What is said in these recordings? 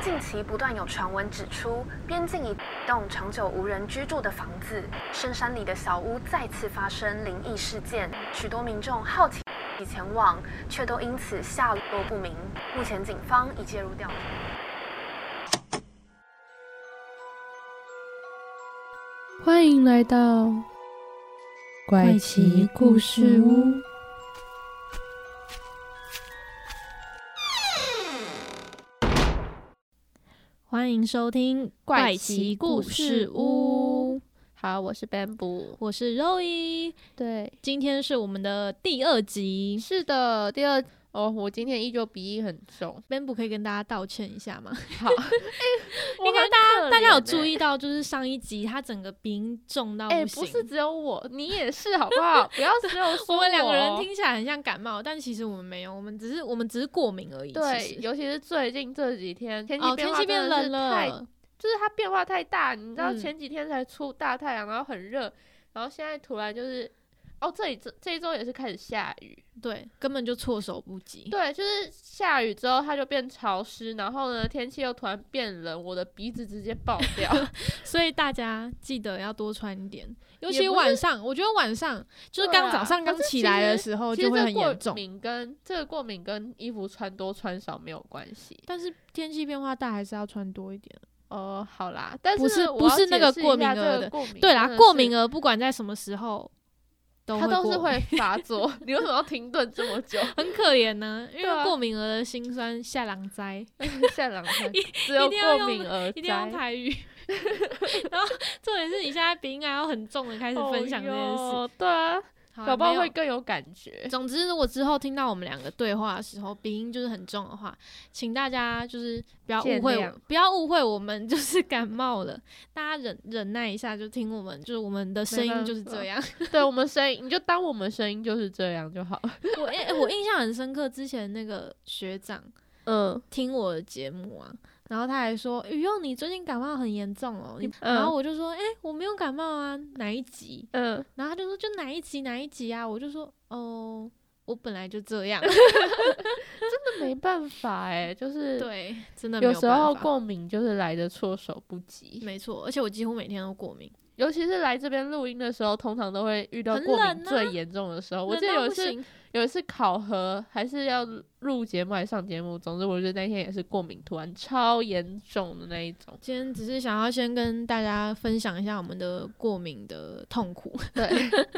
近期不断有传闻指出，边境一栋长久无人居住的房子，深山里的小屋再次发生灵异事件，许多民众好奇前往，却都因此下落不明。目前警方已介入调查。欢迎来到怪奇故事屋。欢迎收听《怪奇故事屋》。好，我是 Bamboo，我是 Roy，对，今天是我们的第二集。是的，第二哦，我今天依旧鼻音很重， Bamboo 可以跟大家道歉一下 吗？好，哎应该大我很可怜家大家有注欸意到，就是上一集他整个鼻音重到哎、不行。不是只有我，你也是好不 好？不要只有说我们两个人我听起来很像感冒，但其实我们没有，我们只是我们只是过敏而已。对其，实尤其是最近这几天天气哦，变天化气变真的是冷太，了，就是它变化太大。你知道嗯前几天才出大太阳，然后很热，然后现在突然就是，哦，这里这这一周也是开始下雨，对，根本就措手不及。对，就是下雨之后它就变潮湿，然后呢天气又突然变冷，我的鼻子直接爆掉。 所以大家记得要多穿一点，尤也其不是晚上。我觉得晚上就是对刚啊早上可刚是起其来的实时候其哦实就会这很严过重，敏跟这个过敏跟衣服穿多穿少没有关系。但是天气变化大，还是要穿多一点。哦，好啦，但不是是不是那个过敏儿的的，对啦，过敏儿儿不管在什么时候都它都是过敏会发作。 你为什么要停顿这么久？很可怜呢、因对为啊过敏儿的辛酸下狼灾，下两天只一有定要过用敏而一定要用灾。台语。 然后重点是你现在鼻音还要很重的开始分享这件事，哦哟对啊，好啊搞不好没有会更有感觉。 总之，如果之后听到我们两个对话的时候鼻音就是很重的话，请大家就是不要误会见我谅，不要误会我们就是感冒了，大家忍忍耐一下，就听我们就是我们的声没音办就是这法 样。对我们声音，你就当我们声音就是这样就好了。我印、我印象很深刻，之前那个学长嗯，听我的节目啊，然后他还说：“雨用你最近感冒很严重哦。你”嗯然后我就说：“哎、我没有感冒啊，哪一集？”嗯，然后他就说：“就哪一集哪一集啊？”我就说：“哦，我本来就 这样。”那没办法哎，就是对，真的没有时候办法过敏就是来的措手不及，没错，而且我几乎每天都过敏，尤其是来这边录音的时候，通常都会遇到很过冷敏啊最严重的时候。哦我冷记得到有一不次行。有一次考核还是要录节目还是上节目，总之我觉得那天也是过敏，突然超严重的那一种今天只是想要先跟大家分享一下我们的过敏的痛苦。 对，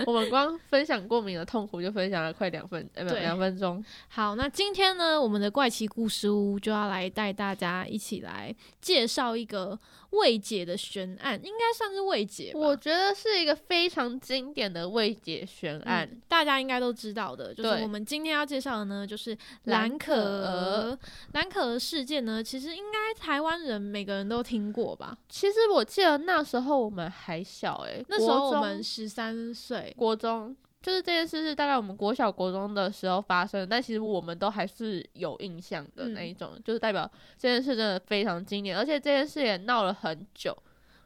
我们光分享过敏的痛苦就分享了快两分，呃，没有对两分钟。好，那今天呢，我们的怪奇故事屋就要来带大家一起来介绍一个未解的悬案，应该算是未解吧。我觉得是一个非常经典的未解悬嗯案，大家应该都知道的，就是对我们今天要介绍的呢，就是蓝蓝可可儿。蓝可儿事件呢，其实应该台湾人每个人都听过吧？其实我记得那时候我们还小、欸，那时候国我中们十三岁，国中。就是这件事是大概我们国小国中的时候发生的，但其实我们都还是有印象的嗯那一种，就是代表这件事真的非常经典，而且这件事也闹了很久。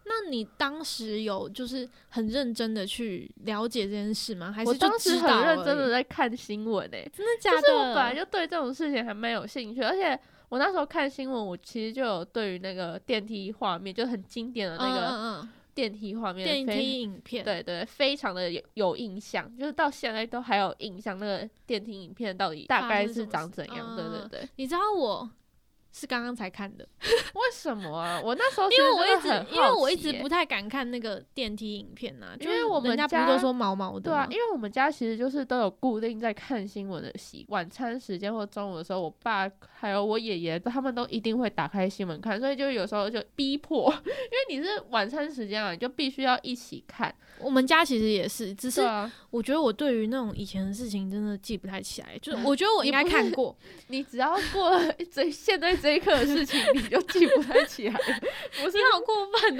那你当时有就是很认真的去了解这件事吗？还是我就当时知道很认而真的已，在看新闻诶、真的假就的？是我本来就对这种事情还蛮有兴趣，而且我那时候看新闻，我其实就有对于那个电梯画面，就很经典的那个嗯嗯嗯电梯画面，电非梯影片，对对，非常的有有印象，就是到现在都还有印象那个电梯影片到底大概是长怎样。对对对， 你知道我是刚刚才看的，为什么啊？我那时候因为我一直很因为我一直不太敢看那个电梯影片呐、因就为是我们人家不是家都说毛毛的对啊，吗因为我们家其实就是都有固定在看新闻的习，晚餐时间或中午的时候，我爸还有我爷爷他们都一定会打开新闻看，所以就有时候就逼迫， 因为你是晚餐时间啊，你就必须要一起看。我们家其实也是，只是对啊，我觉得我对于那种以前的事情真的记不太起来，就是我觉得我应该你不是看 过，你只要过了 这现在这一刻的事情，你就记不太起来了， 不是你好过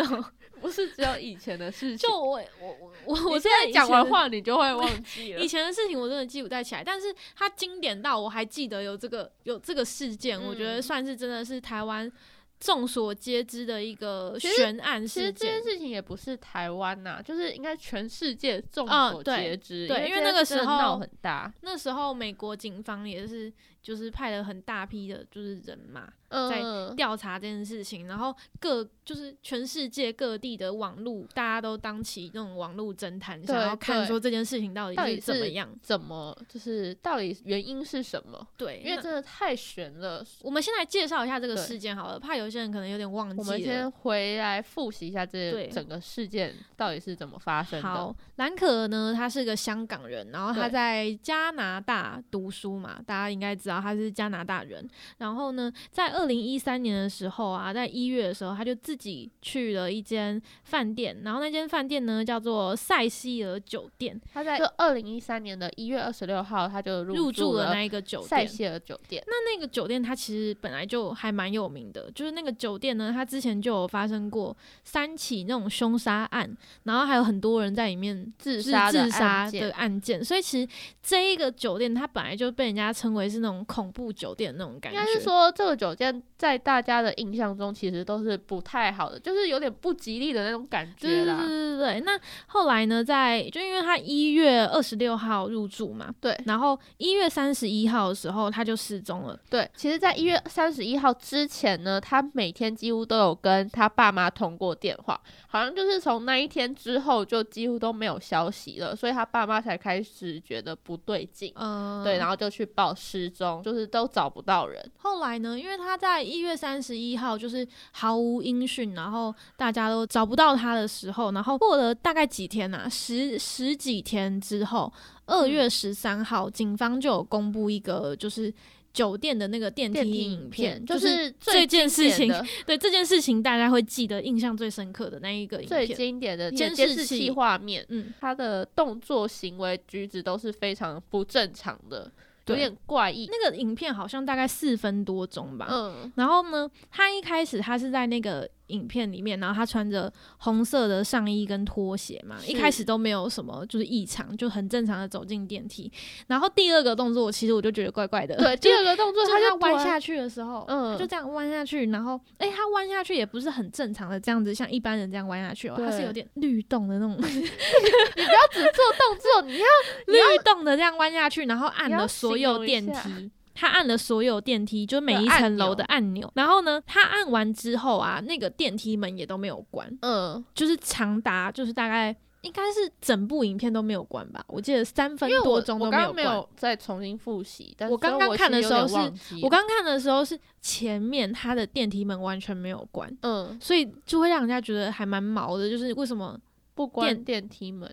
分哦！不是只有以前的事情。 就我我我我我我现在以讲前完的话，你就会忘记了以。前的事情我真的记不太起来，但是它经典到我还记得有这个有这个事件，嗯我觉得算是真的是台湾众所皆知的一个其实悬案其实事这件件。事情也不是台湾呐、就是应该全世界众嗯所对皆知，对因因为哦这那件个事真的时候闹很大，那时候美国警方也是就是派了很大批的，就是人马在嗯，调查这件事情，然后各就是全世界各地的网络，大家都当起那种网络侦探，想要看对说这件事情到到底底是怎么是样。怎么就是到底原因是什么？对，因为那真的太悬了。我们先来介绍一下这个对事件好了，怕有些人可能有点忘我们记了先。回来复习一下这对整个事件到底是怎么发生的好。，兰可儿呢，她是个香港人，然后她对在加拿大读书嘛，大家应该知道她是加拿大人。然后呢，在二零一三年的时候啊，在一月的时候，她就自己去了一间饭店，然后那间饭店呢叫做塞西尔酒店，他在二零一三年的一月二十六号，他就入住住了了那一个酒塞店。西尔酒店。那那个酒店它其实本来就还蛮有名的，就是那个酒店呢，它之前就有发生过三起那种凶杀案，然后还有很多人在里面自自杀的自杀案件的案件，所以其实这一个酒店它本来就被人家称为是那种恐怖酒店的那种感应觉。该是说，这个酒店在大家的印象中其实都是不太好的，就是有点不吉利的那种感对觉对啦。对对对，那后来呢？在就因为他一月二十六号入住嘛，对然后一月三十一号的时候他就失踪了，对，其实，在一月三十一号之前呢，他每天几乎都有跟他爸妈通过电话，好像就是从那一天之后就几乎都没有消息了，所以他爸妈才开始觉得不对劲，嗯、对，然后就去报失踪，就是都找不到人。后来呢，因为他在一月三十一号就是毫无音讯，然后大家都找不到他的时候，然后过了大概几天呐、十十几天之后，二嗯月十三号，警方就有公布一个就是。酒店的那个电电梯梯影片，就就是是这最件事情经典的对这件事情大家会记得印象最深刻的那一个影最片。经典的监监视视器器画面，嗯，他的动作、行为、举止都是非常不正常的，有对点怪异。那个影片好像大概四分多钟吧。嗯，然后呢，他一开始他是在那个影片里面，然后他穿着红色的上衣跟拖鞋嘛，是一开始都没有什么就是异常，就很正常的走进电梯。然后第二个动作，其实我就觉得怪怪的，对，第就是二个动作就是就他突然弯，下去的时候，嗯就这样弯下去，然后哎、他弯下去也不是很正常的这样子，像一般人这样弯下去哦，对他是有点律动的那种你不要只做动作，你要律动的这样弯下去，然后按你要了所形有容一电下梯。他按了所有电梯，就每的一按层楼钮的按钮。然后呢，他按完之后啊，那个电梯门也都没有关，嗯，就是长达就是大概应该是整部影片都没有关吧，我记得三分因为多我钟我都刚没刚没关。有再重新复习，但我所以刚刚看的其实时候有点是忘记我刚看的时候是前面他的电梯门完全没有关，嗯所以就会让人家觉得还蛮毛的，就是为什么不关电电梯门，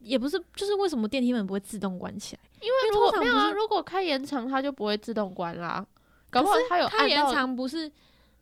也不是就是为什么电梯门不会自动关起来？因为如通果常没有不啊，是如果开延长它就不会自动关啦。搞不好它 有它按延到。长不是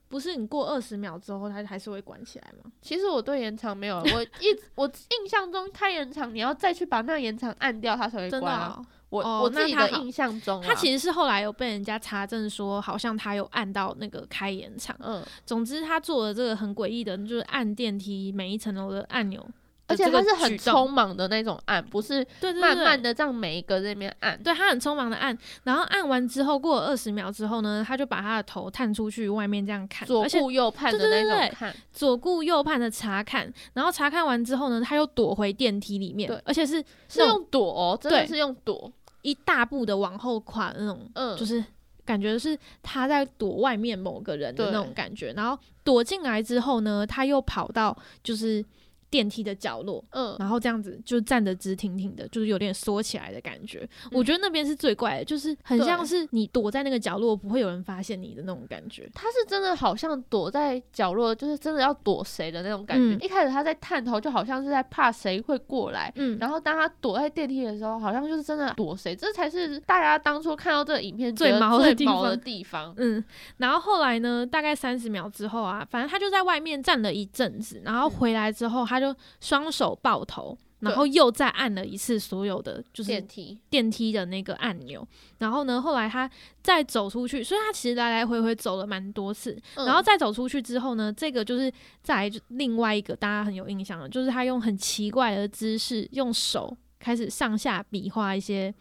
不是你过二十秒之后它还是会关起来吗？其实我对延长 没有，我一直我印象中开延长你要再去把那延长按掉，它才会真的关啊、哦、我、哦我那自己它的好印象中啊、他其实是后来有被人家查证说，好像他有按到那个开延长。嗯，总之，他做了这个很诡异的，就是按电梯每一层楼的按钮而的且这个它举动，是很匆忙的那种按，不是对，对对慢慢的这样每一个在那边按。对他很匆忙的按，然后按完之后，过了二十秒之后呢，他就把他的头探出去外面这样看，左而且顾右盼的对对那种对对看，左顾右盼的查看，然后查看完之后呢，他又躲回电梯里面对，而且是是用躲、哦，真的对是用躲，一大步的往后跨的那种嗯，就是是感觉是他在躲外面某个人的对那种感觉。然后躲进来之后呢，他又跑到就是电梯的角落，嗯，然后这样子就站得直挺挺的，就是有点缩起来的感觉。我觉得那边是最怪的，就是嗯很对像是你躲在那个角落，不会有人发现你的那种感觉。他是真的好像躲在角落，就是真的要躲谁的那种感觉。嗯一开始他在探头，就好像是在怕谁会过来。嗯，然后当他躲在电梯的时候，好像就是真的躲谁，这才是大家当初看到这个影片最觉得毛的最地毛的方地方。嗯，然后后来呢，大概三十秒之后啊，反正他就在外面站了一阵子，然后回来之后，他就双手抱头，嗯然对后又再按了一次所有的就是电梯，电梯的那个按钮。然后呢，后来他再走出去，所以他其实来来回回走了蛮多次。嗯然后再走出去之后呢，这个就是再来就另外一个大家很有印象的，就是他用很奇怪的姿势，用手开始上下比划一些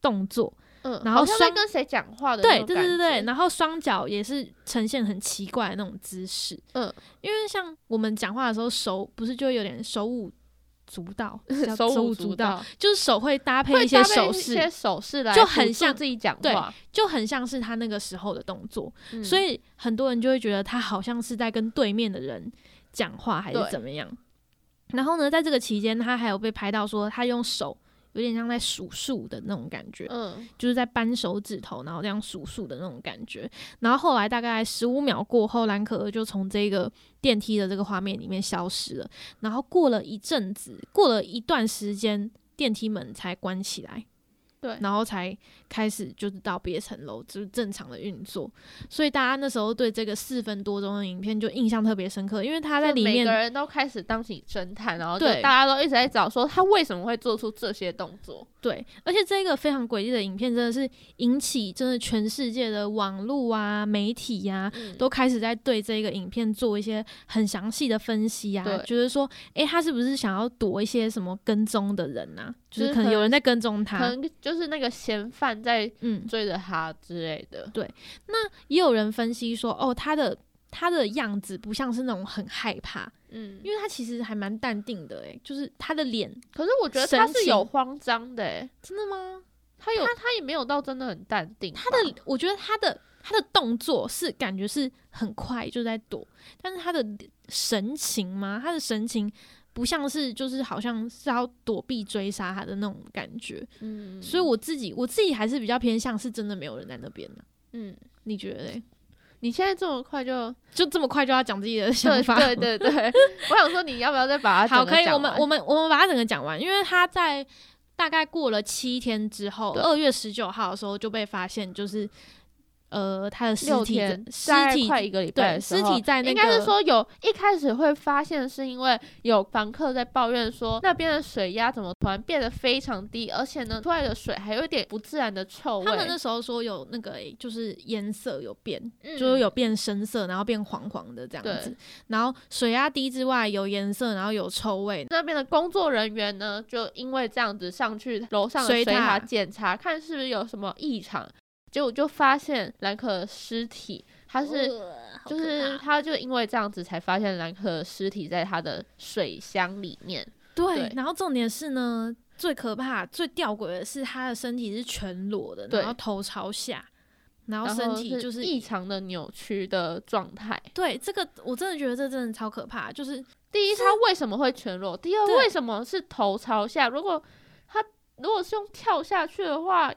动作。嗯，然好后像在双跟谁讲话的那对种对对对感对，觉然后双脚也是呈现很奇怪的那种姿势。嗯，，因为像我们讲话的时候，手不是就会有点手舞足蹈 手手舞足足，蹈，就是手会搭配会一些搭配手一势，些手势来就辅很助像自己讲对话，就很像是他那个时候的动作，嗯所以很多人就会觉得他好像是在跟对面的人讲话还是对怎么样。然后呢，在这个期间，他还有被拍到说他用手有点像在数数的那种感觉，嗯，就是在扳手指头，然后这样数数的那种感觉。然后后来大概十五秒过后，兰可儿就从这个电梯的这个画面里面消失了。然后过了一阵子，过了一段时间，电梯门才关起来。对然后才开始就是到别层楼，就是正常的运作。所以大家那时候对这个四分多钟的影片就印象特别深刻，因为他他在里每面个人都开始当起侦探，然后就对大家都一直在找说他为什么会做出这些动作，对，而且这个非常诡异的影片真的是引起真的全世界的网络啊、媒体呀、嗯都开始在对这个影片做一些很详细的分析啊对，觉得说，诶，他是不是想要躲一些什么跟踪的人啊？就就是是可能可有能人在跟踪可他。能就是那个嫌犯在嗯，追着他之类的。也有人分析说，哦，他的他的样子不像是那种很害怕，嗯，因为他其实还蛮淡定的、诶，就是他的脸，可是我觉得他神是情有慌张的、欸，真的吗？他有他也没有到真的很淡定吧，他的，嗯我觉得他的他的动作是感觉是很快就在躲，但是他的神情嘛，他的神情不像是就是好像是要躲避追杀他的那种感觉，嗯，所以我自己我自己还是比较偏向是真的没有人在那边的、嗯，你觉得嘞？你现在这么快就就这么快就要讲自己的想对法？对对 对，我想说你要不要再把它好，啊整个可以，讲我们完我们我们把它整个讲完，因为他在大概过了七天之后，对二月十九号的时候就被发现，就是呃他的尸六体天的，尸大概体快一个礼拜对的时尸候，体在那个应该是说有一开始会发现，是因为有房客在抱怨说那边的水压怎么突然变得非常低，而且呢出来的水还有一点不自然的臭味，他们那时候说有那个、诶就是颜色有变，嗯就是有变深色，然后变黄黄的这样子对。然后水压低之外有颜色，然后有臭味。那边的工作人员呢，就因为这样子上去楼上的水水塔塔检查，看是不是有什么异常，结果就发现兰可的尸体，他是、哦就是他就因为这样子才发现兰可的尸体在他的水箱里面，对对，然后重点是呢，最可怕、最吊诡的是他的身体是全裸的，对然后头朝下，然后然身后体就是异常的扭曲的状态。对这个，我真的觉得这真的超可怕，就是第一，他为什么会全裸？第二，对为什么是头朝下？如果他如果是用跳下去的话，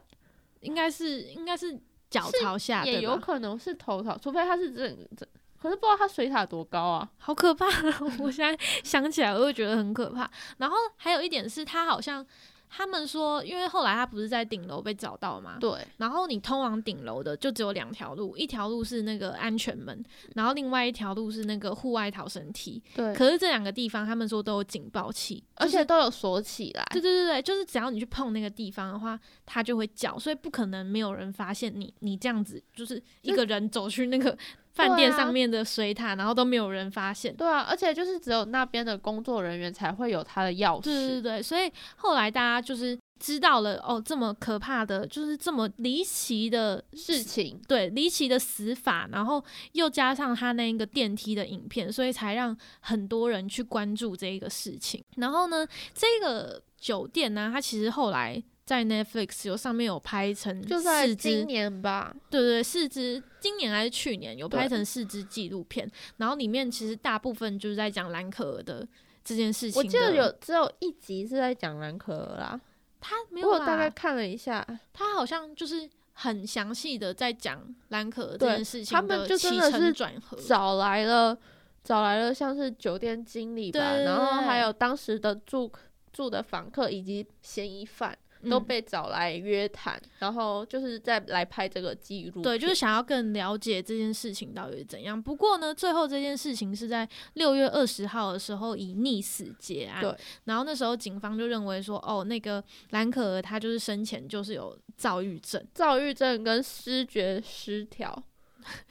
应该是应该是脚是朝下，也对有吧？可能是头朝，除非他是整整。可是不知道他水塔多高啊？好可怕！ 我现在想起来，我会觉得很可怕。然后还有一点是，他好像他们说，因为后来他不是在顶楼被找到嘛，对，然后你通往顶楼的就只有两条路，一条路是那个安全门，然后另外一条路是那个户外逃生梯。对，可是这两个地方，他们说都有警报器，而就是且都有锁起来。对对对对，就是只要你去碰那个地方的话，它就会叫，所以不可能没有人发现你。你这样子就是一个人走去那个饭店对啊上面的水塔，然后都没有人发现。对啊，而且就是只有那边的工作人员才会有他的钥匙。对对对，所以后来大家就是知道了哦，这么可怕的，就是这么离奇的事情，对离奇的死法，然后又加上他那个电梯的影片，所以才让很多人去关注这个事情。然后呢，这个酒店呢、它其实后来在 Netflix 有上面有拍成就在嗯四支今，年吧。对对对，四支，今年还是去年有对拍成四支纪录片，然后里面其实大部分就是在讲兰可儿的这件事情我的。记得有只有一集是在讲兰可儿啦，他没有我有啦大概看了一下，他好像就是很详细的在讲兰可儿这对件事情他们就起真的承是转合，找来了找来了像是酒店经理吧，对对然后对还有当时的住住的房客以及嫌疑犯。都嗯被找来约谈，然后就是再来拍这个记录片。对，就是想要更了解这件事情到底是怎样。不过呢，最后这件事情是在六月二十号的时候以溺死结案。对，然后那时候警方就认为说，哦，那个兰可儿她就是生前就是有躁郁症、躁郁症跟失觉 失调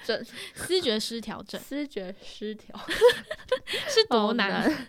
症， 思觉失调症。哦失觉失调，是多好 难？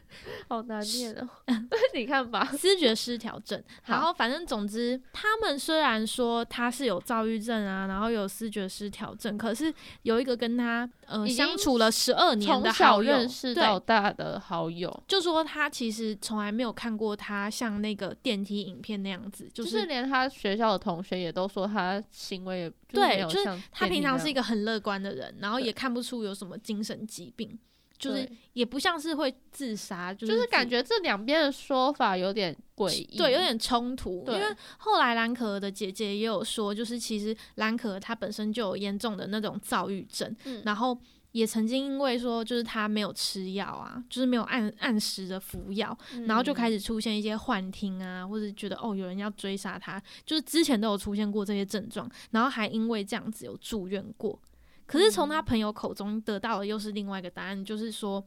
好难念 哦。 你看吧，思觉失调症。然好后反正总之，他们虽然说他是有躁郁症啊，然后有思觉失调症，可是有一个跟他呃已经相处了十二年从的小好友，认识对到大的好友，就说他其实从来没有看过他像那个电梯影片那样子，就、就是是连他学校的同学也都说他行为也就是对没有就是像他平常是一个个很乐观的人，然后对也看不出有什么精神疾病，就是也不像是会自杀，就就是是自感。觉这两边的说法有点诡异，对，有点冲突，因对为后来兰可儿的姐姐也有说，就是其实兰可儿她本身就有严重的那种躁郁症，嗯然后也曾经因为说就是她没有吃药啊，就是没有按按时的服药，嗯然后就开始始出现一些幻听啊，或者觉得哦有人要追杀他，就是之前都有出现过这些症状，然后还因为这样子有住院过。可是从他嗯朋友口中得到的又是另外一个答案，就是说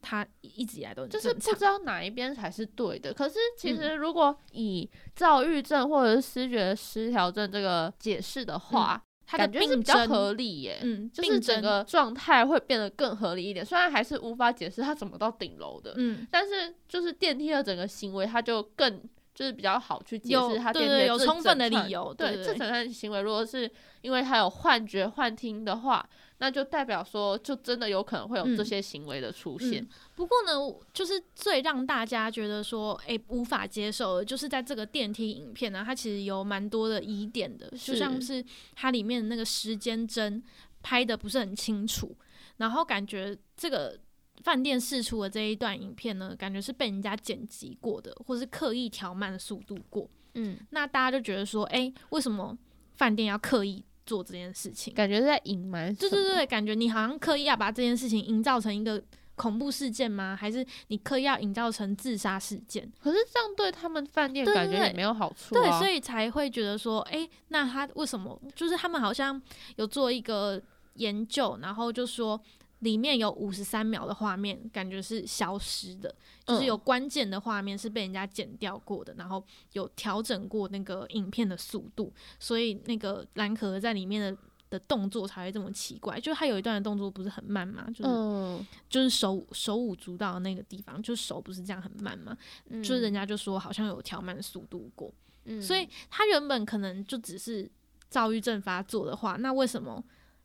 他一直以来都很就是正不常知道哪一边才是对的。可是嗯其实如果以躁郁症或者是失觉失调症这个解释嗯的话，他的感觉病是比较症，合理耶。嗯，就病是整症个状态会变得更合理一点，虽然还是无法解释他怎么到顶楼的，嗯。但是就是电梯的整个行为，他就更就是比较好去解有释他对电对梯有这充分整的串理由对对对这整段行为，如果是因为他有幻觉、幻听的话，那就代表说，就真的有可能会有这嗯些行为的出现。嗯不过呢，就是最让大家觉得说，诶无法接受的，就是在这个电梯影片呢，它其实有蛮多的疑点的，就是像是它里面的那个时间针拍的不是很清楚，然后感觉这个饭店试出的这一段影片呢，感觉是被人家剪辑过的，或是刻意调慢速度过。嗯，那大家就觉得说，诶，为什么饭店要刻意做这件事情？感觉是在隐瞒。对对，对，感觉你好像刻意要把这件事情营造成一个恐怖事件吗？还是你刻意要营造成自杀事件？可是这样对他们饭店对感对觉也对没有好处对，啊。所以以才会觉得说，诶，那他为什么？就是他们好像有做一个研究，然后就说。里面有五十三秒的画面，感觉是消失的，就是嗯有关键的画面是被人家剪掉过的，然后有调整过那个影片的速度，所以那个蓝可儿在里面的的动作才会这么奇怪。就他有一段的动作不是很慢嘛，就是嗯，就是手手舞足蹈的那个地方，就是手不是这样很慢吗？就是人家，家就说好像有调慢速度过，嗯所以他原本可能就只是躁郁症发作的话，那为什么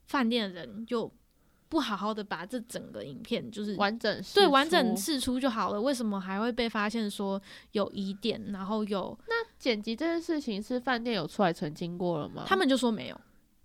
饭店的人就不好好的把这整个影片就是完整释对完出整释出就好了？为什么还会被发现说有疑点？然后有剪辑这件事情是饭店有出来澄清过了吗？他们就说没有，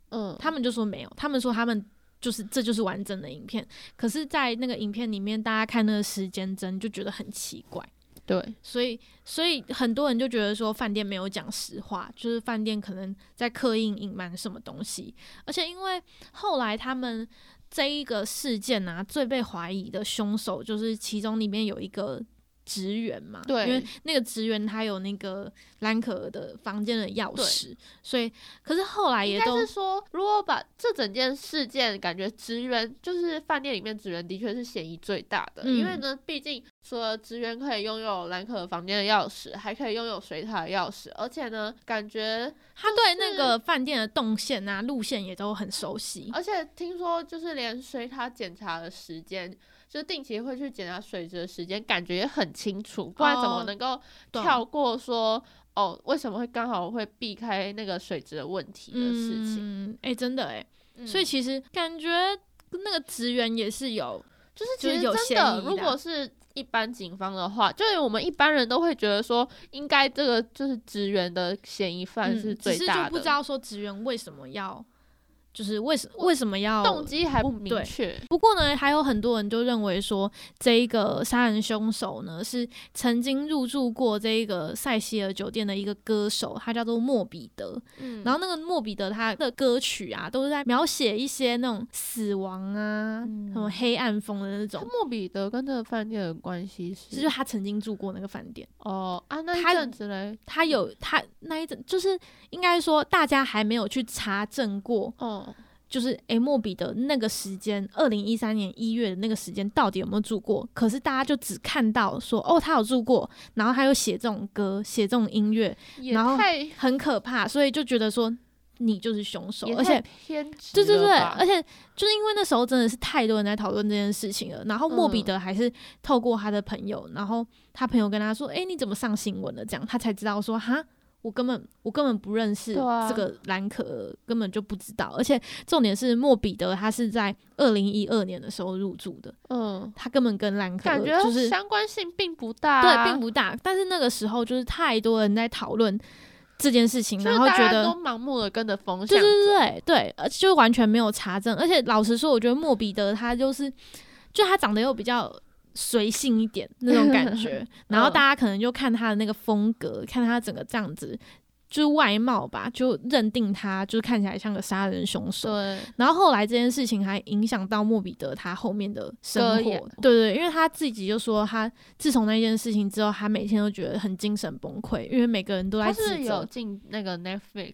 嗯，他们就说没有，他们说他们就是这就是完整的影片，可是，在那个影片里面，大家看那个时间针就觉得很奇怪。对，所以，所以很多人就觉得说饭店没有讲实话，就是饭店可能在刻意隐瞒什么东西。而且，因为后来他们这一个事件啊，最被怀疑的凶手就是其中里面有一个职员嘛，对因为那个职员他有那个兰可儿的房间的钥匙，所以可是后来也但都是说，如果把这整件事件感觉职员就是饭店里面职员的确是嫌疑最大的，因为嗯呢，毕竟除了职员可以拥有兰可儿房间的钥匙，还可以拥有水塔的钥匙，而且呢，感觉他对那个饭店的动线啊、路线也都很熟悉，而且听说就是连水塔检查的时间，就定期会去检查水质的时间，感觉也很清楚，不然怎么哦能够懂跳过说哦，为什么会刚好会避开那个水质的问题的事情？嗯，哎、真的哎、嗯所以其实感觉那个职员也是有，就是就其是实有真嫌的，疑如啦果是一般警方的话，就是我们一般人都会觉得说，应该这个就是职员的嫌疑犯嗯，是只最是就大不的，知道说职员为什么要，就是为什为什么要动。机还不明嗯对确。不过呢，还有很多人就认为说，这一个杀人凶手呢是曾经入住过这一个塞西尔酒店的一个歌手，他叫做莫比德。嗯然后那个莫比德他的歌曲啊，都是在描写一些那种死亡啊，嗯什么黑暗风的他那种。莫比德跟这个饭店的关系是，就是他曾经住过那个饭店。哦啊那一他阵子嘞，他嗯有他那一阵，就是应该说大家还没有去查证过，哦，就是诶莫比的那个时间，二零一三年一月的那个时间到底有没有住过？可是大家就只看到说哦，他有住过，然后他又写这种歌，写这种音乐，也然后太很可怕，所以就觉得说你就是凶手，也而太且偏执，对对对，而，且就是因为那时候真的是太多人在讨论这件事情了，然后莫比嗯德还是透过他的朋友，然后他朋友跟他说：“诶，你怎么上新闻了？”这样他才知道说：“哈，我根本我根本不认识对啊这个兰可儿，根本就不知道。”而且重点是莫比德他是在二零一二年的时候入住的，嗯，他根本跟兰可儿感觉就是相关性并不大啊，对并不大，但是那个时候就是太多人在讨论这件事情，就是然后大觉家得都盲目的跟着风向对走，对对对，而且就完全没有查证，而且老实说，我觉得莫比德他就是，就他长得又比较随性一点那种感觉，然后大家可能就看他的那个风格，看他整个这样子，就是外貌吧，就认定他就是看起来像个杀人凶手。对然后后来这件事情还影响到莫比德他后面的生歌活，也对对，因为他自己就说他自从那件事情之后，他每天都觉得很精神崩溃，因为每个人都在他指是有责，进那个 Netflix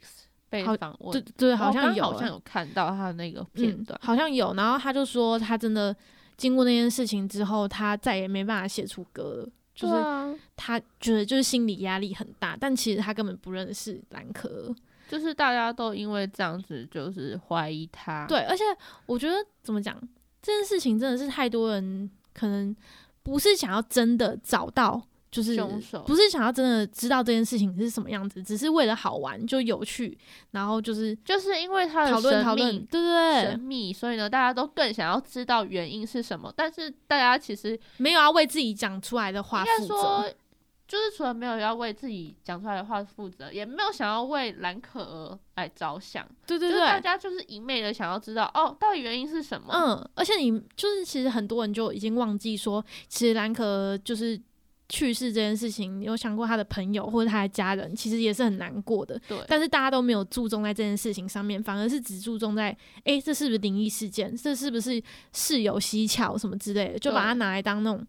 被好访问对，对，我好刚像有、啊好像有看到他的那个片段嗯，，好像有。然后他就说，他真的经过那件事情之后，他再也没办法写出歌了，就是对啊他觉得就是心理压力很大，但其实他根本不认识兰可儿。就是大家都因为这样子就是怀疑他，对，而且我觉得怎么讲，这件事情真的是太多人可能不是想要真的找到。就是凶手不是想要真的知道这件事情是什么样子，只是为了好玩就有趣，然后就是就是因为他的讨论讨论，神秘对对神对，秘，所以呢，大家都更想要知道原因是什么。但是大家其实应没有要为自己讲出来的话该负责。说，就是除了没有要为自己讲出来的话负责，也没有想要为蓝可儿来着想，对对就对，是大家就是一昧的想要知道哦，到底原因是什么。嗯，而且你就是其实很多人就已经忘记说，其实兰可儿就是去世这件事情，有想过他的朋友或者他的家人，其实也是很难过的。对，但是大家都没有注重在这件事情上面，反而是只注重在，诶、这是不是灵异事件？这是不是室友蹊跷什么之类的？就把它对拿来当那种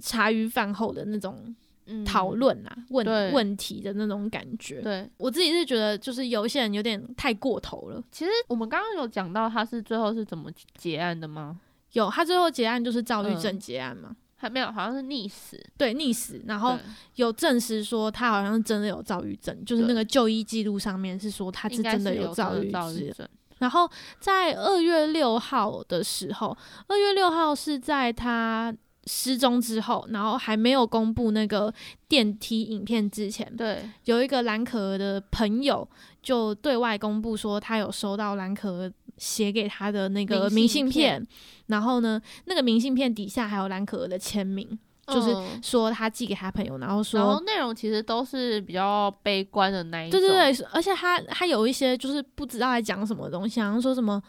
茶余饭后的那种嗯讨论啊，对问问题的那种感觉。对。我自己是觉得，就是有一些人有点太过头了。其实我们刚刚有讲到他是最后是怎么结案的吗？有他最后结案就是躁郁嗯症结案嘛，还没有，好像是溺死。对，溺死，然后对有证实说他好像是真的有躁郁症，就是对那个就医记录上面是说他应是该真的有真躁的郁躁郁症。症，然后在二月六号的时候，二月六号是在他失踪之后，然后还没有公布那个电梯影片之前，对，有一个蓝可儿的朋友就对外公布说，他有收到蓝可儿写给他的那个明信明信片片，然后呢，那个明信片底下还有蓝可儿的签名，就是嗯说他寄给他朋友，然后然后说，内容其实都是比较悲观的那一对种，对对，是而且他他有一些就是不知道在讲什么东西，好像说什么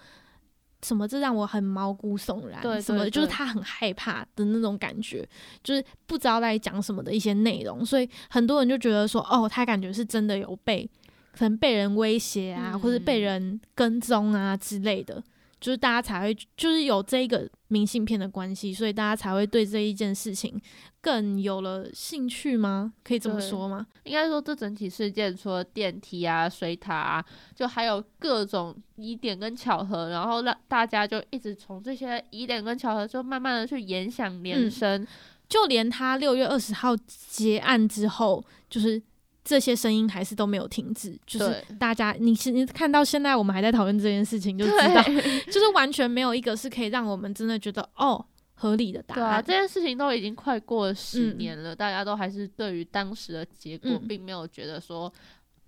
什么这让我很毛骨悚然，对什么对就是对他很害怕的那种感觉，就是不知道在讲什么的一些内容，所以很多人就觉得说，哦，他感觉是真的有被可能被人威胁啊，或者被嗯人跟踪啊之类的。就是大家才会，就是有这一个明信片的关系，所以大家才会对这一件事情更有了兴趣吗？可以这么对说吗？应该说这整体事件除了电梯啊、水塔啊，就还有各种疑点跟巧合，然后让大家就一直从这些疑点跟巧合就慢慢的去联想延嗯伸，就连他六月二十号结案之后，就是这些声音还是都没有停止，就是对大家你其实看到现在我们还在讨论这件事情，就知道对就是完全没有一个是可以让我们真的觉得哦合理的答对啊，案。这件事情都已经快过了十嗯年了，大家都还是对于当时的结果嗯并没有觉得说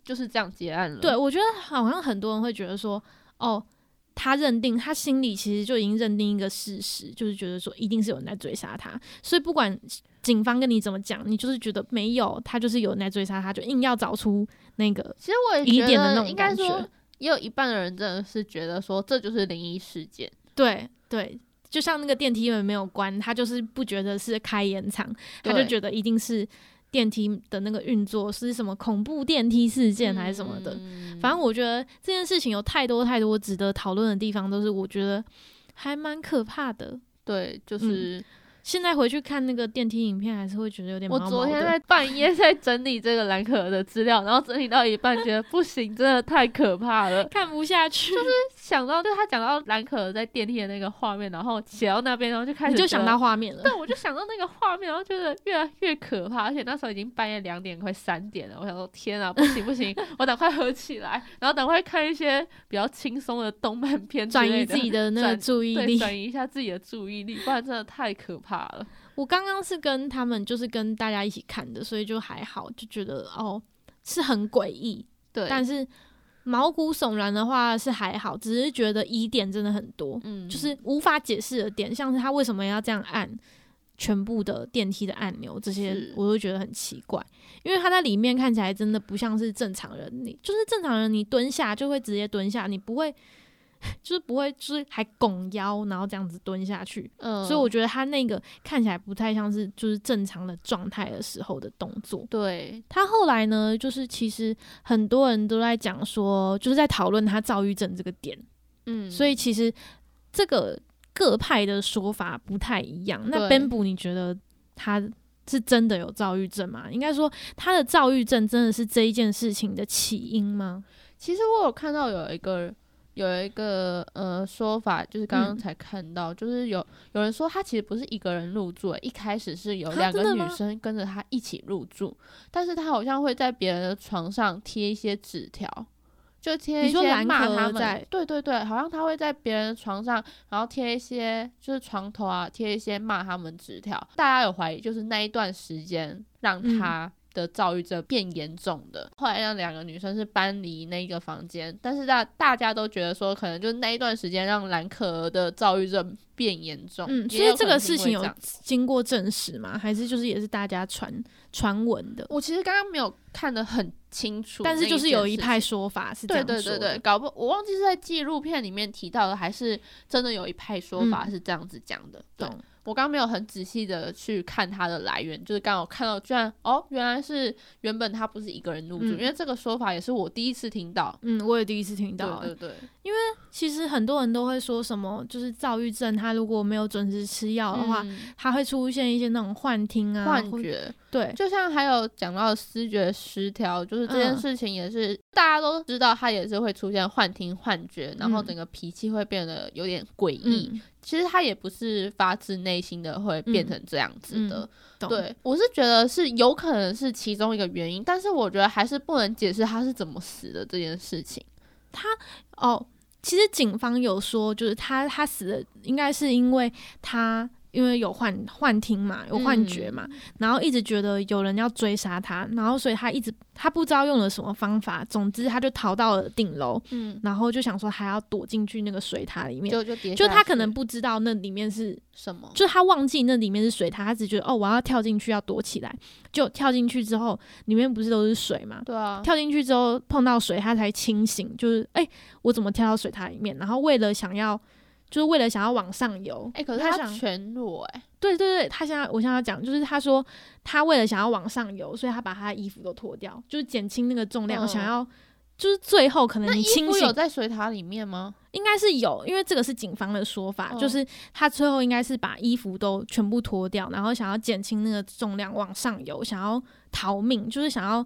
就是这样结案了，对，我觉得好像很多人会觉得说，哦，他认定他心里其实就已经认定一个事实，就是觉得说一定是有人在追杀他，所以不管警方跟你怎么讲，你就是觉得没有，他就是有人在追杀他，就硬要找出那个其实我也疑觉点的那得，种应该感说觉也有一半的人真的是觉得说这就是灵异事件，对对，就像那个电梯门没有关，他就是不觉得是开延场，他就对觉得一定是电梯的那个运作是什么恐怖电梯事件还是什么的。嗯反正我觉得这件事情有太多太多值得讨论的地方，都是我觉得还蛮可怕的。对，就是现在回去看那个电梯影片，还是会觉得有嗯点毛我毛昨天的在半夜在整理这个蓝可儿的资料，然后整理到一半，觉得不行，真的太可怕了。看不下去，想到就是他讲到蓝可儿在电梯的那个画面，然后写到那边，然后就开始你就觉想得到画 面了对，。我就想到那个画面，然后觉得越来越可怕，而且那时候已经半夜两点快三点了，我想说天啊，不行不行， 我赶快合起来，然后赶快看一些比较轻松的动漫片之转类移的自己的那个转注意对，力。转移一下自己的注意力，不然真的太可怕了。我刚刚是跟他们，就是跟大家一起看的，所以就还好，就觉得哦是很诡异，对，但是毛骨悚然的话是还好，只是觉得疑点真的很多，嗯，就是无法解释的点，像是他为什么要这样按全部的电梯的按钮，这些是我都觉得很奇怪，因为他在里面看起来真的不像是正常人，你就是正常人，你蹲下就会直接蹲下，你不会 就是不会就是还拱腰，然后这样子蹲下去，嗯，所以我觉得他那个看起来不太像是就是正常的状态的时候的动作。对，他后来呢，就是其实很多人都在讲说，就是在讨论他躁郁症这个点，嗯，所以其实这个各派的说法不太一样。那对 Bamboo，你觉得他是真的有躁郁症吗？应该说他的躁郁症真的是这一件事情的起因吗？其实我有看到有一个有一个呃说法，就是刚刚嗯才看到，就是有有人说他其实不是一个人入住，欸一开始是有啊两真个的女吗生跟着他一起入住，但是他好像会在别人的床上贴一些纸条。就贴你一说些蓝骂可他儿在们，对对对，好像他会在别人的床上，然后贴一些就是床头啊，贴一些骂他们纸条。大家有怀疑，就是那一段时间让嗯他的躁郁症变严重的。后来让两个女生是搬离那个房间，但是大大家都觉得说，可能就是那一段时间让蓝可儿的躁郁症变严重。嗯，哦也所以有这可能个是因事情为有这样经过证实吗？还是就是也是大家传传闻的？我其实刚刚没有看得很清楚那件但事是情，就是有一派说法是这对样对说对的对，搞不，我忘记是在纪录片里面提到的，还是真的有一派说法嗯是这样子讲的。对懂我刚刚没有很仔细的去看它的来源，就是刚好看到，居然哦，原来是原本他不是一个人入住，因嗯为这个说法也是我第一次听到。嗯，我也第一次听到。对对对，其实很多人都会说什么，就是躁郁症，他如果没有准时吃药的话，嗯他会出现一些那种幻听啊，幻或。觉，对，就像还有讲到视觉失调，就是这件嗯事情也是、大家都知道，它也是会出现幻听、幻觉，然后嗯整个脾气会变得有点诡异。嗯，其实它也不是发自内心的会变成这样子的，嗯懂。对，我是觉得是有可能是其中一个原因，但是我觉得还是不能解释他是怎么死的这件事情。哦，其实警方有说，就是他他死的应该是因为他因为有幻幻听嘛，有幻嗯觉嘛，然后一直觉得有人要追杀他，然后所以他一直他不知道用了什么方法，总之他就逃到了顶楼，嗯，然后就想说还要躲进去那个水塔里面。就就跌下去，就他可能不知道那里面是，什么，就他忘记那里面是水塔，他只觉得哦，我要跳进去要躲起来。就跳进去之后，里面不是都是水嘛？对啊，跳进去之后碰到水，他才清醒，就是哎、我怎么跳到水塔里面？然后为了想要，就是为了想要往上游。哎、可是他他想全裸哎、对对对，他现在我现在要讲，就是他说他为了想要往上游，所以他把他的衣服都脱掉，就是减轻那个重量，嗯想要就是最后可能那你衣清服有醒在水塔里面吗？应该是有，因为这个是警方的说法，嗯就是他最后应该是把衣服都全部脱掉，然后想要减轻那个重量往上游，想要逃命，就是想要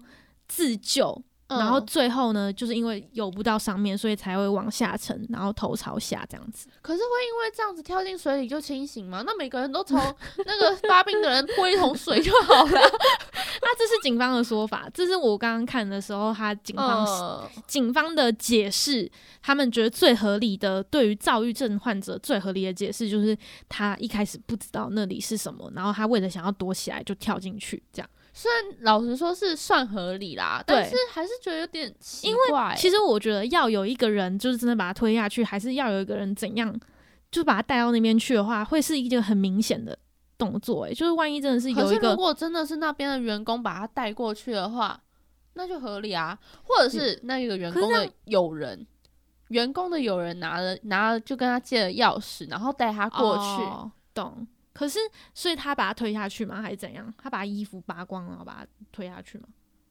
自救。然后嗯最后呢，就是因为游不到上面，所以才会往下沉，然后头朝下这样子。可是会因为这样子跳进水里就清醒吗？那每个人都 从那个发病的人泼一桶水就好了。那这是警方的说法，这是我刚刚看的时候，他警方、嗯，警方的解释，他们觉得最合理的对于躁郁症患者最合理的解释就是他一开始不知道那里是什么，然后他为了想要躲起来就跳进去这样。虽然老实说是算合理啦，对但是还是觉得有点奇因怪欸。其实我觉得要有一个人就是真的把他推下去，还是要有一个人怎样，就把他带到那边去的话，会是一个很明显的动作、欸。就是万一真的是可有是一个如果真的是那边的员工把他带过去的话，那就合理啊。或者是那个员嗯可是工这的友人，员工的友人拿了拿了就跟他借了钥匙，然后带他过去。哦懂。可是，所以他把他推下去吗？还是怎样？他把衣服扒光，然后把他推下去吗？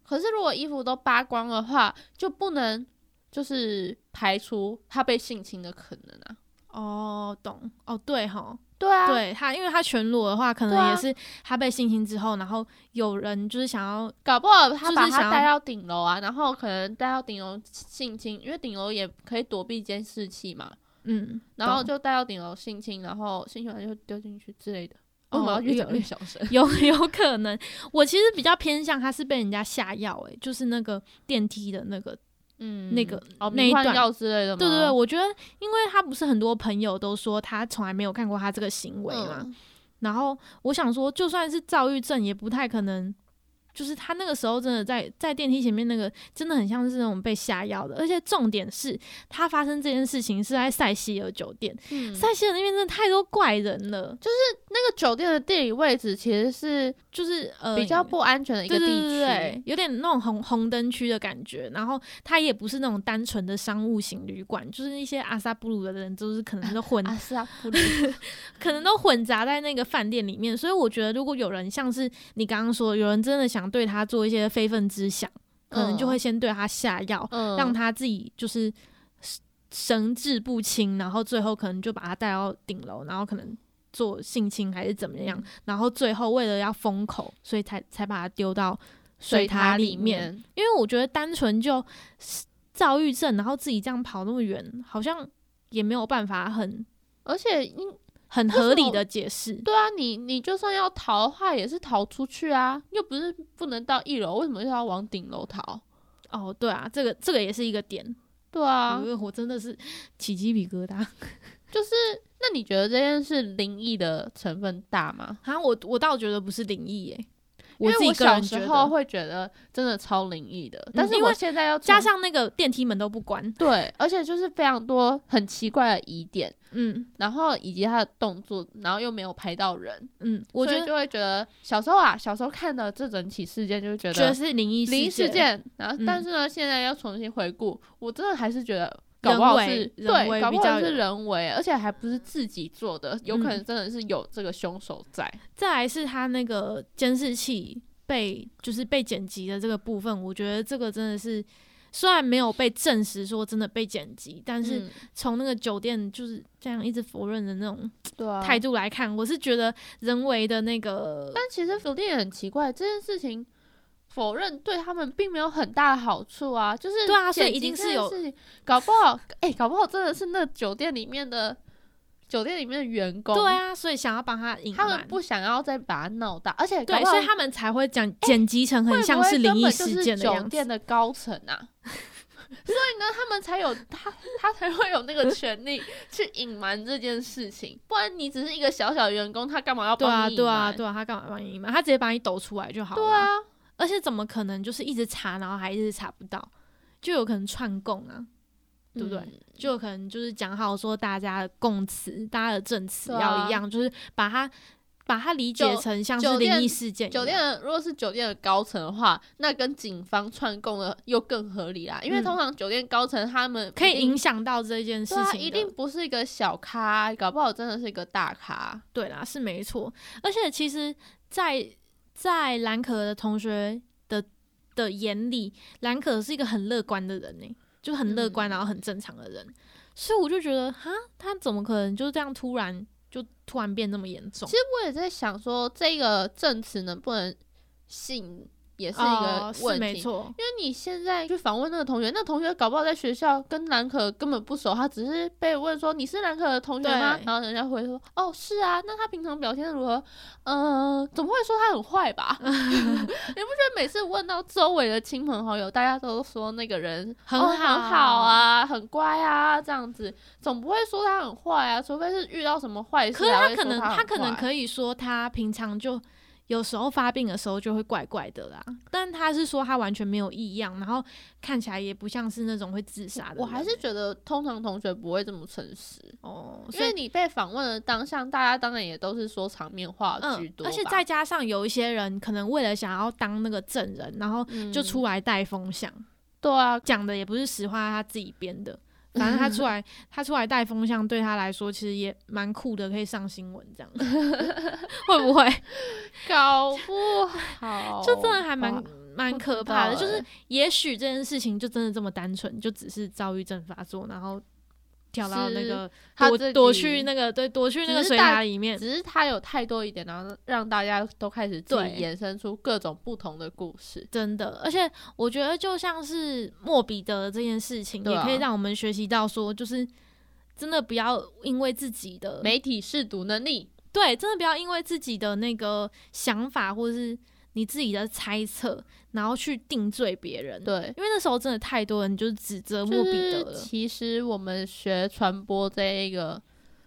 可是如果衣服都扒光的话，就不能就是排除他被性侵的可能啊。哦，懂。哦，对哈，对啊，对他，因为他全裸的话，可对能啊也是他被性侵之后，然后有人就是想要搞不好他就是把他想要带到顶楼啊，然后可能带到顶楼性侵，因为顶楼也可以躲避监视器嘛，嗯，然后懂就带到顶楼性侵，然后性侵完就丢进去之类的。哦为什么要越讲有越小声？有 有可能，我其实比较偏向他是被人家下药，诶，就是那个电梯的那个，嗯那个哦，那迷一幻段药之类的吗？对对对，我觉得，因为他不是很多朋友都说他从来没有看过他这个行为嘛，嗯然后我想说，就算是躁郁症，也不太可能。就是他那个时候真的在在电梯前面那个，真的很像是那种被下药的。而且重点是，他发生这件事情是在塞西尔酒店，嗯塞西尔那边真的太多怪人了，就那个酒店的地理位置其实是就是呃比较不安全的一个对地对区。对对，有点那种红红灯区的感觉。然后它也不是那种单纯的商务型旅馆，就是一些阿萨布鲁的人，就是可能都混啊，是啊，布鲁可能都混杂在那个饭店里面，所以我觉得如果有人像是你刚刚说，有人真的想对他做一些非分之想，可能就会先对他下药， 嗯让他自己就是神志不清，然后最后可能就把他带到顶楼，然后可能做性侵还是怎么嗯样，然后最后为了要封口，所以才才把他丢到水塔里里面。面。因为我觉得单纯就躁郁症，然后自己这样跑那么远，好像也没有办法很而且应很什么合理的解释。对啊，你你就算要逃的话，也是逃出去啊，又不是不能到一楼，为什么又要往顶楼逃？哦，对啊，这个这个也是一个点对啊，我我真的是起鸡皮疙瘩 就是那你觉得这件事灵异的成分大吗？啊！我我倒觉得不是灵异耶，因为自己我个小人觉时候得，嗯会觉得真的超灵异的，但是因我为现在要加从上那个电梯门都不关，对，而且就是非常多很奇怪的疑点，嗯然后以及他的动作，然后又没有拍到人，嗯，我所觉以得就会觉得小时候啊，小时候看的这整起事件，就觉觉得得是灵异灵异事事，件，然后嗯但是呢，现在要重新回顾，我真的还是觉得。搞人不好为是人对，为搞比不好较是有人为，而且还不是自己做的，有可嗯能真的是有这个凶手在。再来是他那个监视器被就是被剪辑的这个部分，我觉得这个真的是虽然没有被证实说真的被剪辑，但是嗯从那个酒店就是这样一直否认的那种对啊，态度来看，我是觉得人为的那个但其实酒店也很奇怪，这件事情否认对他们并没有很大的好处啊，就是对啊所以剪辑一定这是件有事情，搞不好哎、搞不好真的是那酒店里面的酒店里面的员工，对，啊，所以想要帮他隐他瞒，们不想要再把它闹大，而且搞对，不好所以他们才会讲剪辑成会很不像会是根灵异本就事是件的酒样子。店的高层啊。 所以呢，他们才有他，他才会有 那个权利去隐瞒这件事情。不然你只是一个小小员工，他干嘛要对帮啊，你隐对啊，瞒？对啊，他干嘛帮你隐瞒？他直接把你抖出来就好了。对，啊，而且怎么可能就是一直查，然后还一直查不到，就有可能串供啊，对不对？嗯就有可能就是讲好说大家的供词、大家的证词对啊要一样，就是把它把它理解酒成像酒是灵店异事件一样。酒店的如果是酒店的高层的话，那跟警方串供的又更合理啦，因为嗯通常酒店高层他们可一以定影响到这件事对啊，情的，一定不是一个小咖，搞不好真的是一个大咖。对啦，是没错。而且其实在，在兰可的同学的的眼里，兰可是一个很乐观的人呢、就很乐观，嗯然后很正常的人。所以我就觉得，哈，他怎么可能就这样突然就突然变这么严重其？实我也在想说，这个证词能不能信也是一哦个问是没题。错，因为你现在去访问那个同学，那同学搞不好在学校跟兰可根本不熟，他只是被问说你是兰可的同学吗？对然后人家回说哦是啊，那他平常表现得如何？呃，总不会说他很坏吧？ 你不觉得每次问到周围的亲朋好友，大家都说那个人很哦好很好啊，很乖啊，这样子，总不会说他很坏啊，除非是遇到什么坏事可是才他会可说能，他他很可能坏可以说，他平常就有时候发病的时候就会怪怪的啦。但他是说他完全没有异样，然后看起来也不像是那种会自杀的人欸。我还是觉得通常同学不会这么诚实。哦，因所以为你被访问的当下，大家当然也都是说场面话居多吧、嗯而且再加上有一些人可能为了想要当那个证人，然后嗯就出来带风向，对啊，讲的也不是实话，他自己编 的。反正他出来，他出来带风向，对他来说其实也蛮酷的，可以上新闻这样， 会不会？搞不好 就真的还蛮吧蛮可怕的。不知就道欸是也许这件事情就真的这么单纯，就只是躁郁症发作，然后跳到那个他躲自己躲去那个对躲去那个只是水大塔里面，只是它有太多一点，然后让大家都开始自己对衍生出各种不同的故事。真的，而且我觉得就像是莫比德这件事情，对啊也可以让我们学习到说，就是真的不要因为自己的媒体试读能力，对，真的不要因为自己的那个想法或者是你自己的猜测，然后去定罪别人。，对，因为那时候真的太多人就是指责莫就嗯比德是了。其实我们学传播这一个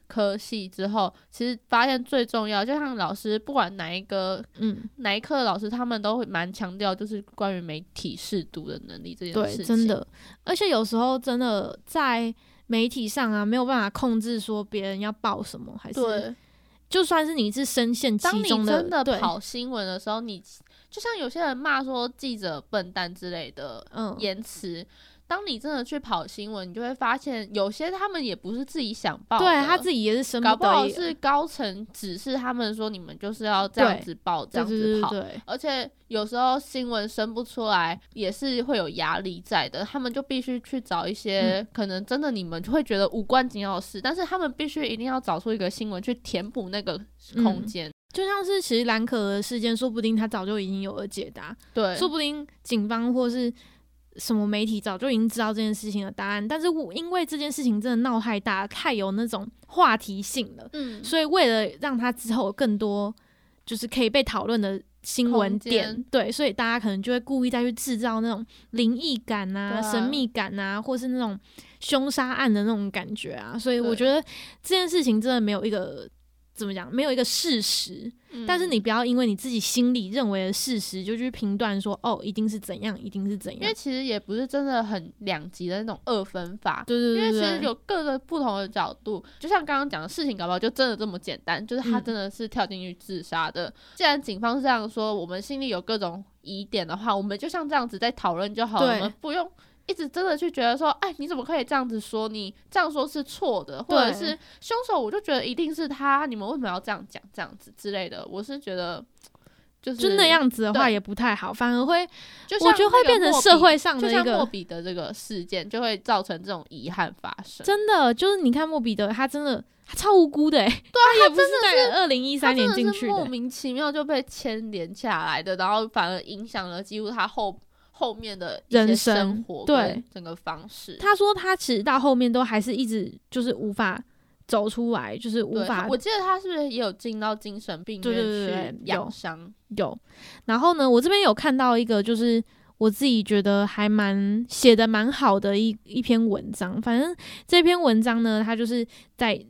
科系之后，其实发现最重要，就像老师不管哪一个嗯，哪一课老师，他们都会蛮强调就是关于媒体试读的能力这件对事，情。真，的，而且有时候真的在媒体上啊，没有办法控制说别人要报什么，还是对，就算是你是深陷当其你中真的对，跑新闻的时候，你就像有些人骂说记者笨蛋之类的嗯，言辞。当你真的去跑新闻，你就会发现有些他们也不是自己想报的，对他自己也是生搞不不得好已是高层指示他们说你们就是要这样对子报，这对样对子对跑。对，而且有时候新闻生不出来，也是会有压力在的。他们就必须去找一些、嗯可能真的你们会觉得无关紧要的事，但是他们必须一定要找出一个新闻去填补那个嗯空间。就像是其实兰可儿事件，说不定他早就已经有了解答，对，说不定警方或是什么媒体早就已经知道这件事情的答案，但是我因为这件事情真的闹太大，太有那种话题性了，嗯，所以为了让它之后有更多就是可以被讨论的新闻空点间，对，所以大家可能就会故意再去制造那种灵异感啊、对啊神秘感啊，或是那种凶杀案的那种感觉啊。所以我对觉得这件事情真的没有一个怎么讲，没有一个事实，嗯但是你不要因为你自己心里认为的事实就去评断说，哦，一定是怎样，一定是怎因样为。其实也不是真的很两极的那种二分法。对对因对为对其对，实有各个不同的角度，就像刚刚讲的事情，搞不好就真的这么简单，就是他嗯真的是跳进去自杀的。既然警方是这样说，我们心里有各种疑点的话，我们就像这样子在讨论就好了，对我们不用一直真的去觉得说，哎，你怎么可以这样子说？你这样说是错的，或者对是凶手，我就觉得一定是他，你们为什么要这样讲这样子之类的？我是觉得。就是就那，样子的话对也不太好，反而会就像我觉得会那个变成莫社比会上的就一像个莫比的这个事件，就会造成这种遗憾发生。真的就是你看莫比德，他真的他超无辜的、欸，对啊，也不是在二零一他三真年的进是去的莫欸、名其妙就被牵连下来的，然后反而影响了几乎他后后面的一些人生生活对跟整个方式。他说他其实到后面都还是一直就是无法走出来，就是无对法我记得他是不是也有进到精神病对对院对去对有养伤？有。然后呢，我这边有看到一个就是。我自己觉得还蛮写的蛮好的一一篇文章，反正这篇文章呢，它就是在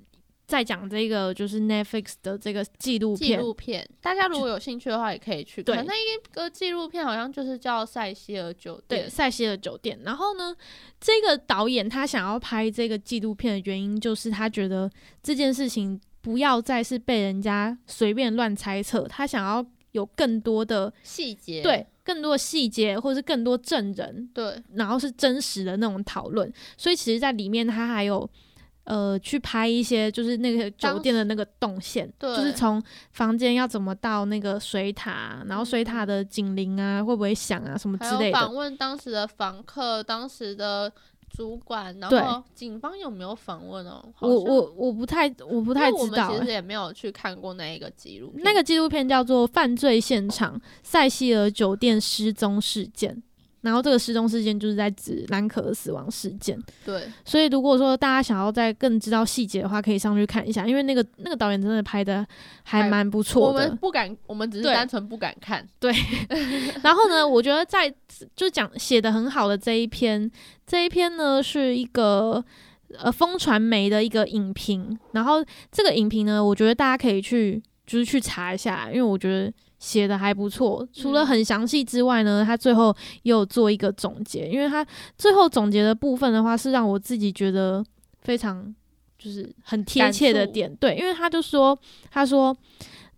在讲这个就是 Netflix 的这个纪录纪片，录片，大家如果有兴趣的话，也可以去对看。那一个纪录片好像就是叫《塞西尔酒对，店》，塞西尔酒店。然后呢，这个导演他想要拍这个纪录片的原因，就是他觉得这件事情不要再是被人家随便乱猜测，他想要有更多的细节对更多的细节，或是更多证人，对然后是真实的那种讨论。所以其实，在里面他还有。呃，去拍一些就是那个酒店的那个动线，当时就是从房间要怎么到那个水塔，然后水塔的警铃啊会不会响啊什么之嗯还类有的，访问当时的房客、当时的主管，然对后警方有没有访问哦？好我像我我不太我不因太为知道我们其欸、实也没有去看过那一个记录片，那个纪录片叫做《犯罪现场：塞西尔酒店失踪事件》，然后这个失踪事件就是在指兰可儿死亡事件。对所以如果说大家想要再更知道细节的话，可以上去看一下，因为那个那个导演真的拍的还还蛮不我错们的。不敢，我们只是对单纯不敢看。然后呢，我觉得在就讲写的很好的这一篇，这一篇呢是一个呃风传媒的一个影评，然后这个影评呢，我觉得大家可以去就是去查一下，因为我觉得写的还不错。除嗯了很详细之外呢，他最后也有做一个总结，因为他最后总结的部分的话，是让我自己觉得非常就是很贴切的感触点，对，因为他就说他说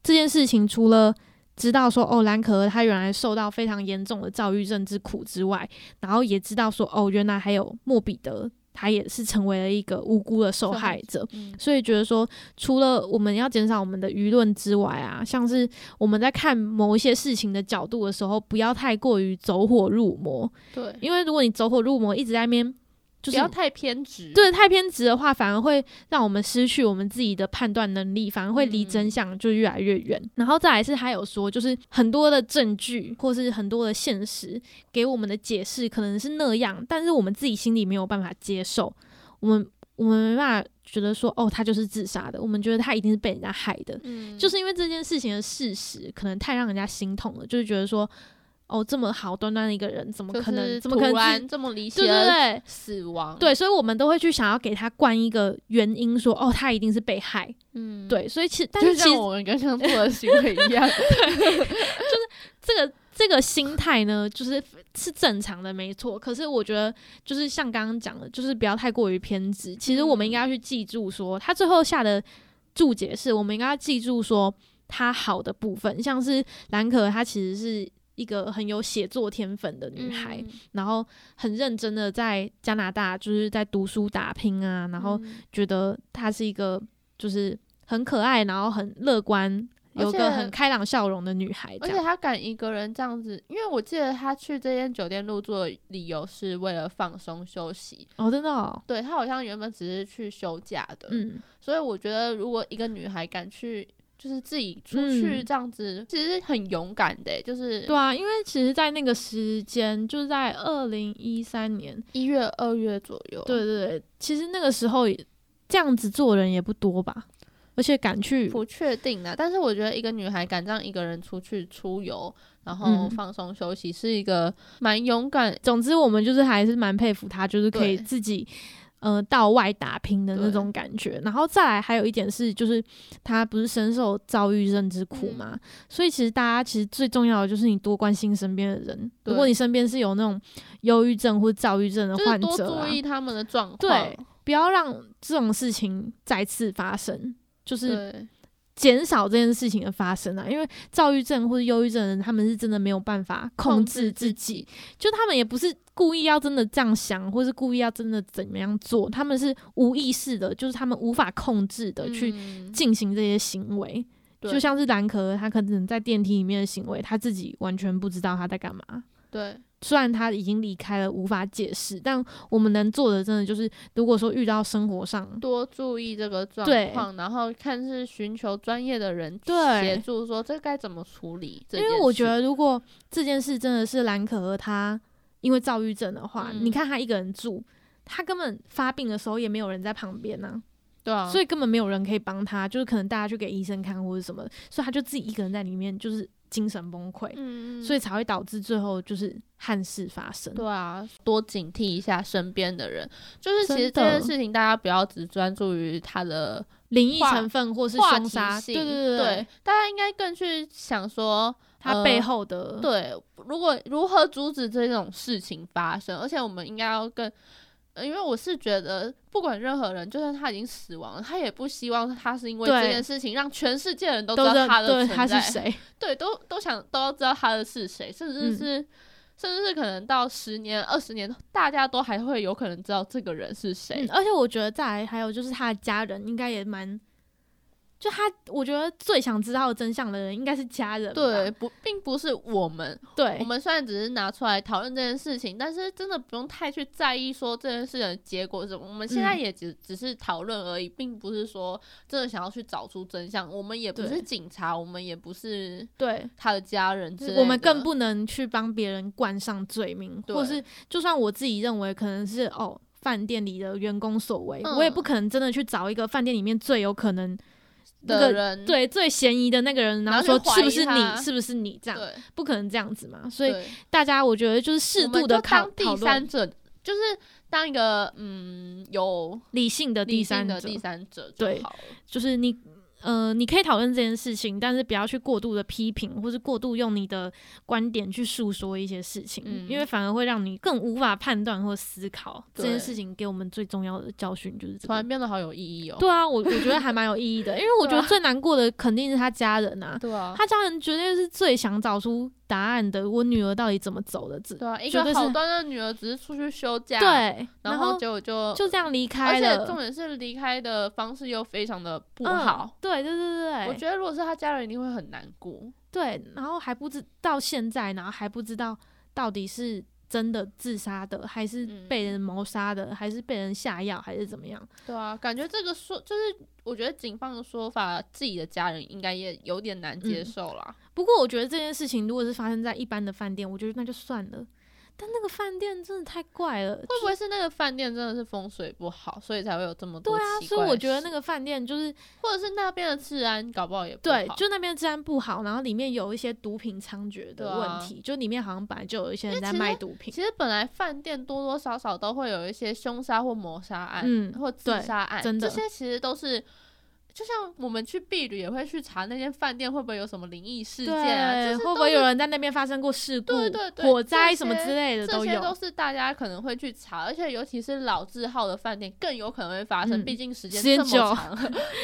这件事情除了知道说哦，兰可儿她原来受到非常严重的躁郁症之苦之外，然后也知道说哦，原来还有莫比德，他也是成为了一个无辜的受害者。嗯，所以觉得说，除了我们要减少我们的舆论之外啊，像是我们在看某一些事情的角度的时候，不要太过于走火入魔，对，因为如果你走火入魔，一直在那边不就是要太偏执。对太偏执的话，反而会让我们失去我们自己的判断能力，反而会离嗯真相就越来越远。然后再来是还有说，就是很多的证据或是很多的现实给我们的解释可能是那样，但是我们自己心里没有办法接受，我们我们没办法觉得说哦他就是自杀的，我们觉得他一定是被人家害的，嗯，就是因为这件事情的事实可能太让人家心痛了，就是觉得说哦这么好端端的一个人，怎么就可能、是怎么可能突自然这么离奇对对的对。死亡？，对，所以我们都会去想要给他冠一个原因说哦，他一定是被害。嗯，对，所以其实，但就是其像实我们刚刚做的行为一 样，这个这个心态呢，就是是正常的，没错。可是我觉得，就是像刚刚讲的，就是不要太过于偏执。其实我嗯们应该要去记住说，他最后下的注解是，我们应该要记住说他好的部分，像是兰可，她其实是。一个很有写作天分的女孩，嗯，然后很认真的在加拿大，就是在读书打拼啊，然后嗯觉得她是一个就是很可爱，然后很乐观，而有个且很开朗笑容的女孩这而且样。他敢一个人这样子，因为我记得他去这间酒店入住的理由是为了放松休息，哦，真的、哦，对他好像原本只是去休假的，嗯，所以我觉得如果一个女孩敢去。就是自己出去嗯这样子，其实很勇敢的、欸就是对啊，因为其实，在那个时间，就是在二零一三年，一月、二月左右。对对对，其实那个时候也这样子做人也不多吧，而且敢去，不确定啦，但是我觉得一个女孩敢这样一个人出去出游，然后嗯放松休息，是一个蛮勇敢。总之我们就是还是蛮佩服她，就是可以对自己。呃，到外打拼的那对种感觉，然后再来还有一点是，就是她不是深受遭遇认知苦嗯嘛，所以其实大家其实最重要的就是你多关心身边的人。如果对你身边是有那种忧郁症或躁郁症的就是患多者、啊，注意他们的状况，对不要让这种事情再次发生，就是对，减少这件事情的发生啊。因为躁郁症或者忧郁症的人，他们是真的没有办法控制自己，就他们也不是故意要真的这样想，或是故意要真的怎么样做，他们是无意识的，就是他们无法控制的去嗯进行这些行为。对就像是蓝可儿，他可能在电梯里面的行为，他自己完全不知道他在干嘛。对虽然他已经离开了，无法解释，但我们能做的，真的就是，如果说遇到生活上多注意这个状对况，然后看是寻求专业的人对协助，说这该怎么处理这因件事。为我觉得，如果这件事真的是兰可儿她因为躁郁症的话，嗯你看她一个人住，她根本发病的时候也没有人在旁边呐、对啊，所以以根本没有人可以帮她，就是可能大家去给医生看或者什么，所以她就自己一个人在里面，就是精神崩溃，嗯，所以以才会导致最后就是憾事发生。对啊，多警惕一下身边的人。就是其实这真的件事情，大家不要只专注于他的灵异话成分或是话凶题杀，对性，对对对，大家应该更去想说她呃背后的、对，如果如何阻止这种事情发生，而且我们应该要更，呃因为我是觉得，不管任何人，就算他已经死亡了，他也不希望他是因为这对件事情让全世界人都知都道知他道的对存在，她是谁，对，都都想都要知道他的是谁，甚至嗯是、甚至是可能到十年、二十年，大家都还会有可能知道这个人是谁。嗯，而且我觉得再来还有就是他的家人应该也蛮，就他我觉得最想知道真相的人应该是家人吧。对，不，并不是我们，我对们虽然只是拿出来讨论这件事情，但是真的不用太去在意说这件事情的结果是什么。我们现在嗯也只、只是讨论而已，并不是说真的想要去找出真相。我们也不对是警察，我们也不是对，他的家人之类的，我们更不能去帮别人冠上罪名，对或是就算我自己认为可能是哦饭店里的员工所为，嗯我也不可能真的去找一个饭店里面最有可能那的个人对最嫌疑的那个人，然然后后说去怀是不疑是他你，是不是你这样，对，不可能这样子嘛。所以对，大家我觉得就是适我们度的就考当讨第论三，者，就是当一个嗯有理性的理第性三的者，第三者就对好了。就是你，呃，你可以讨论这件事情，但是不要去过度的批评，或是过度用你的观点去诉说一些事情，嗯因为反而会让你更无法判断或思考这对件事情。给我们最重要的教训就是这突然个。变得好有意义哦。对啊，我我觉得还蛮有意义的，因为我觉对得啊最难过的肯定是他家人啊，对啊，他家人绝对是最想找出答案的，我女儿到底怎么走的？这对啊，一绝个对是好端端的女儿只是出去休假，对，然然后后结果就就这样离而开且重了。点是离开的方式又非常的不嗯好。对对对嗯对，我觉得如果是他家人，一定会很难过。对，然后还不知到现在，然后还不知道到底是真的自杀的，还是嗯被人谋杀的，还是被人下药，还是怎么样？对啊，感觉这个说就是，我觉得警方的说法，自己的家人应该也有点难接嗯受啦。不过我觉得这件事情如果是发生在一般的饭店，我觉得那就算了。但那个饭店真的太怪了，会不会是那个饭店真的是风水不好，所以才会有这么对多啊，奇所怪的事？以我觉得那个饭店就是或者是那边的治安搞不好也不对好，就那边治安不好，然后里面有一些毒品猖獗对的啊问题，就里面好像本来就有一些因为人在其实卖毒品。其实本来饭店多多少少都会有一些凶杀或谋杀案，嗯或自杀案，真的这些其实都是。就像我们去避旅也会去查那间饭店会不会有什么灵异事件啊，就对，是会都不会是有人在那边发生过事故、对对对火这灾什么些之类的这都些有？都是大家可能会去查，而且尤其是老字号的饭店更有可能会发生，嗯毕竟时间时间这么久长。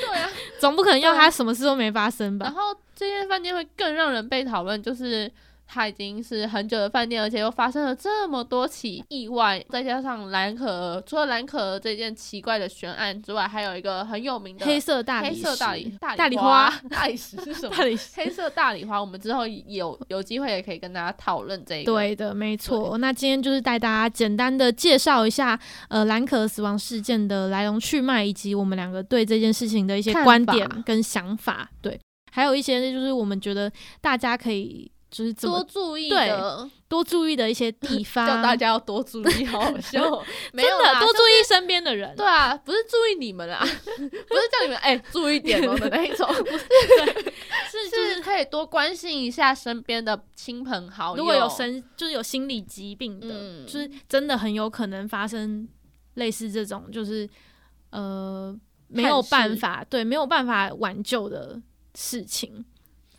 对啊，总不可能要对他什么事都没发生然吧？后这间饭店会更让人被讨论，就是它已经是很久的饭店，而且又发生了这么多起意外，再加上蓝可儿，除了蓝可儿这件奇怪的悬案之外，还有一个很有名的黑色大理黑色大理石大大理理花花大理石是什么大？理石黑色大理花，我们之后有有机会也可以跟大家讨论这个。 对的，没错。那今天就是带大家简单的介绍一下，呃，兰可儿死亡事件的来龙去脉，以及我们两个对这件事情的一些看观法点跟想法。对，还有一些就是我们觉得大家可以就是怎么多注意对的，多注意的一些地 方，叫大家要多注意，好好 笑哦。没有真的啦，多就注意身边的人。对啊，不是注意你们啦， 不是叫你们哎、注意点哦的那一种，是就就是是，可以多关心一下身边的亲朋好友。如果有身就是有心理疾病的，嗯就是真的很有可能发生类似这种，就是呃没有办法对没有办法挽救的事情。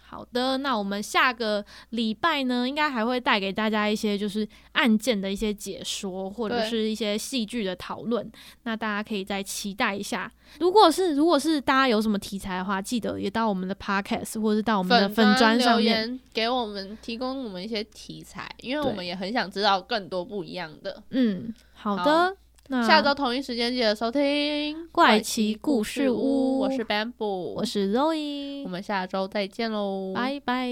好的，那我们下个礼拜呢，应该还会带给大家一些就是案件的一些解说，或者对是一些戏剧的讨论。那大家可以再期待一下。如果是如果是大家有什么题材的话，记得也到我们的 podcast 或者是到我们的粉砖上留面言给我们提供我们一些题材，因为对我们也很想知道更多不一样的。嗯，好好的，那下周同一时间记得收听《嗯怪奇故事屋我是 Bamboo，我是 Zoe，我们下周再见喽，拜拜。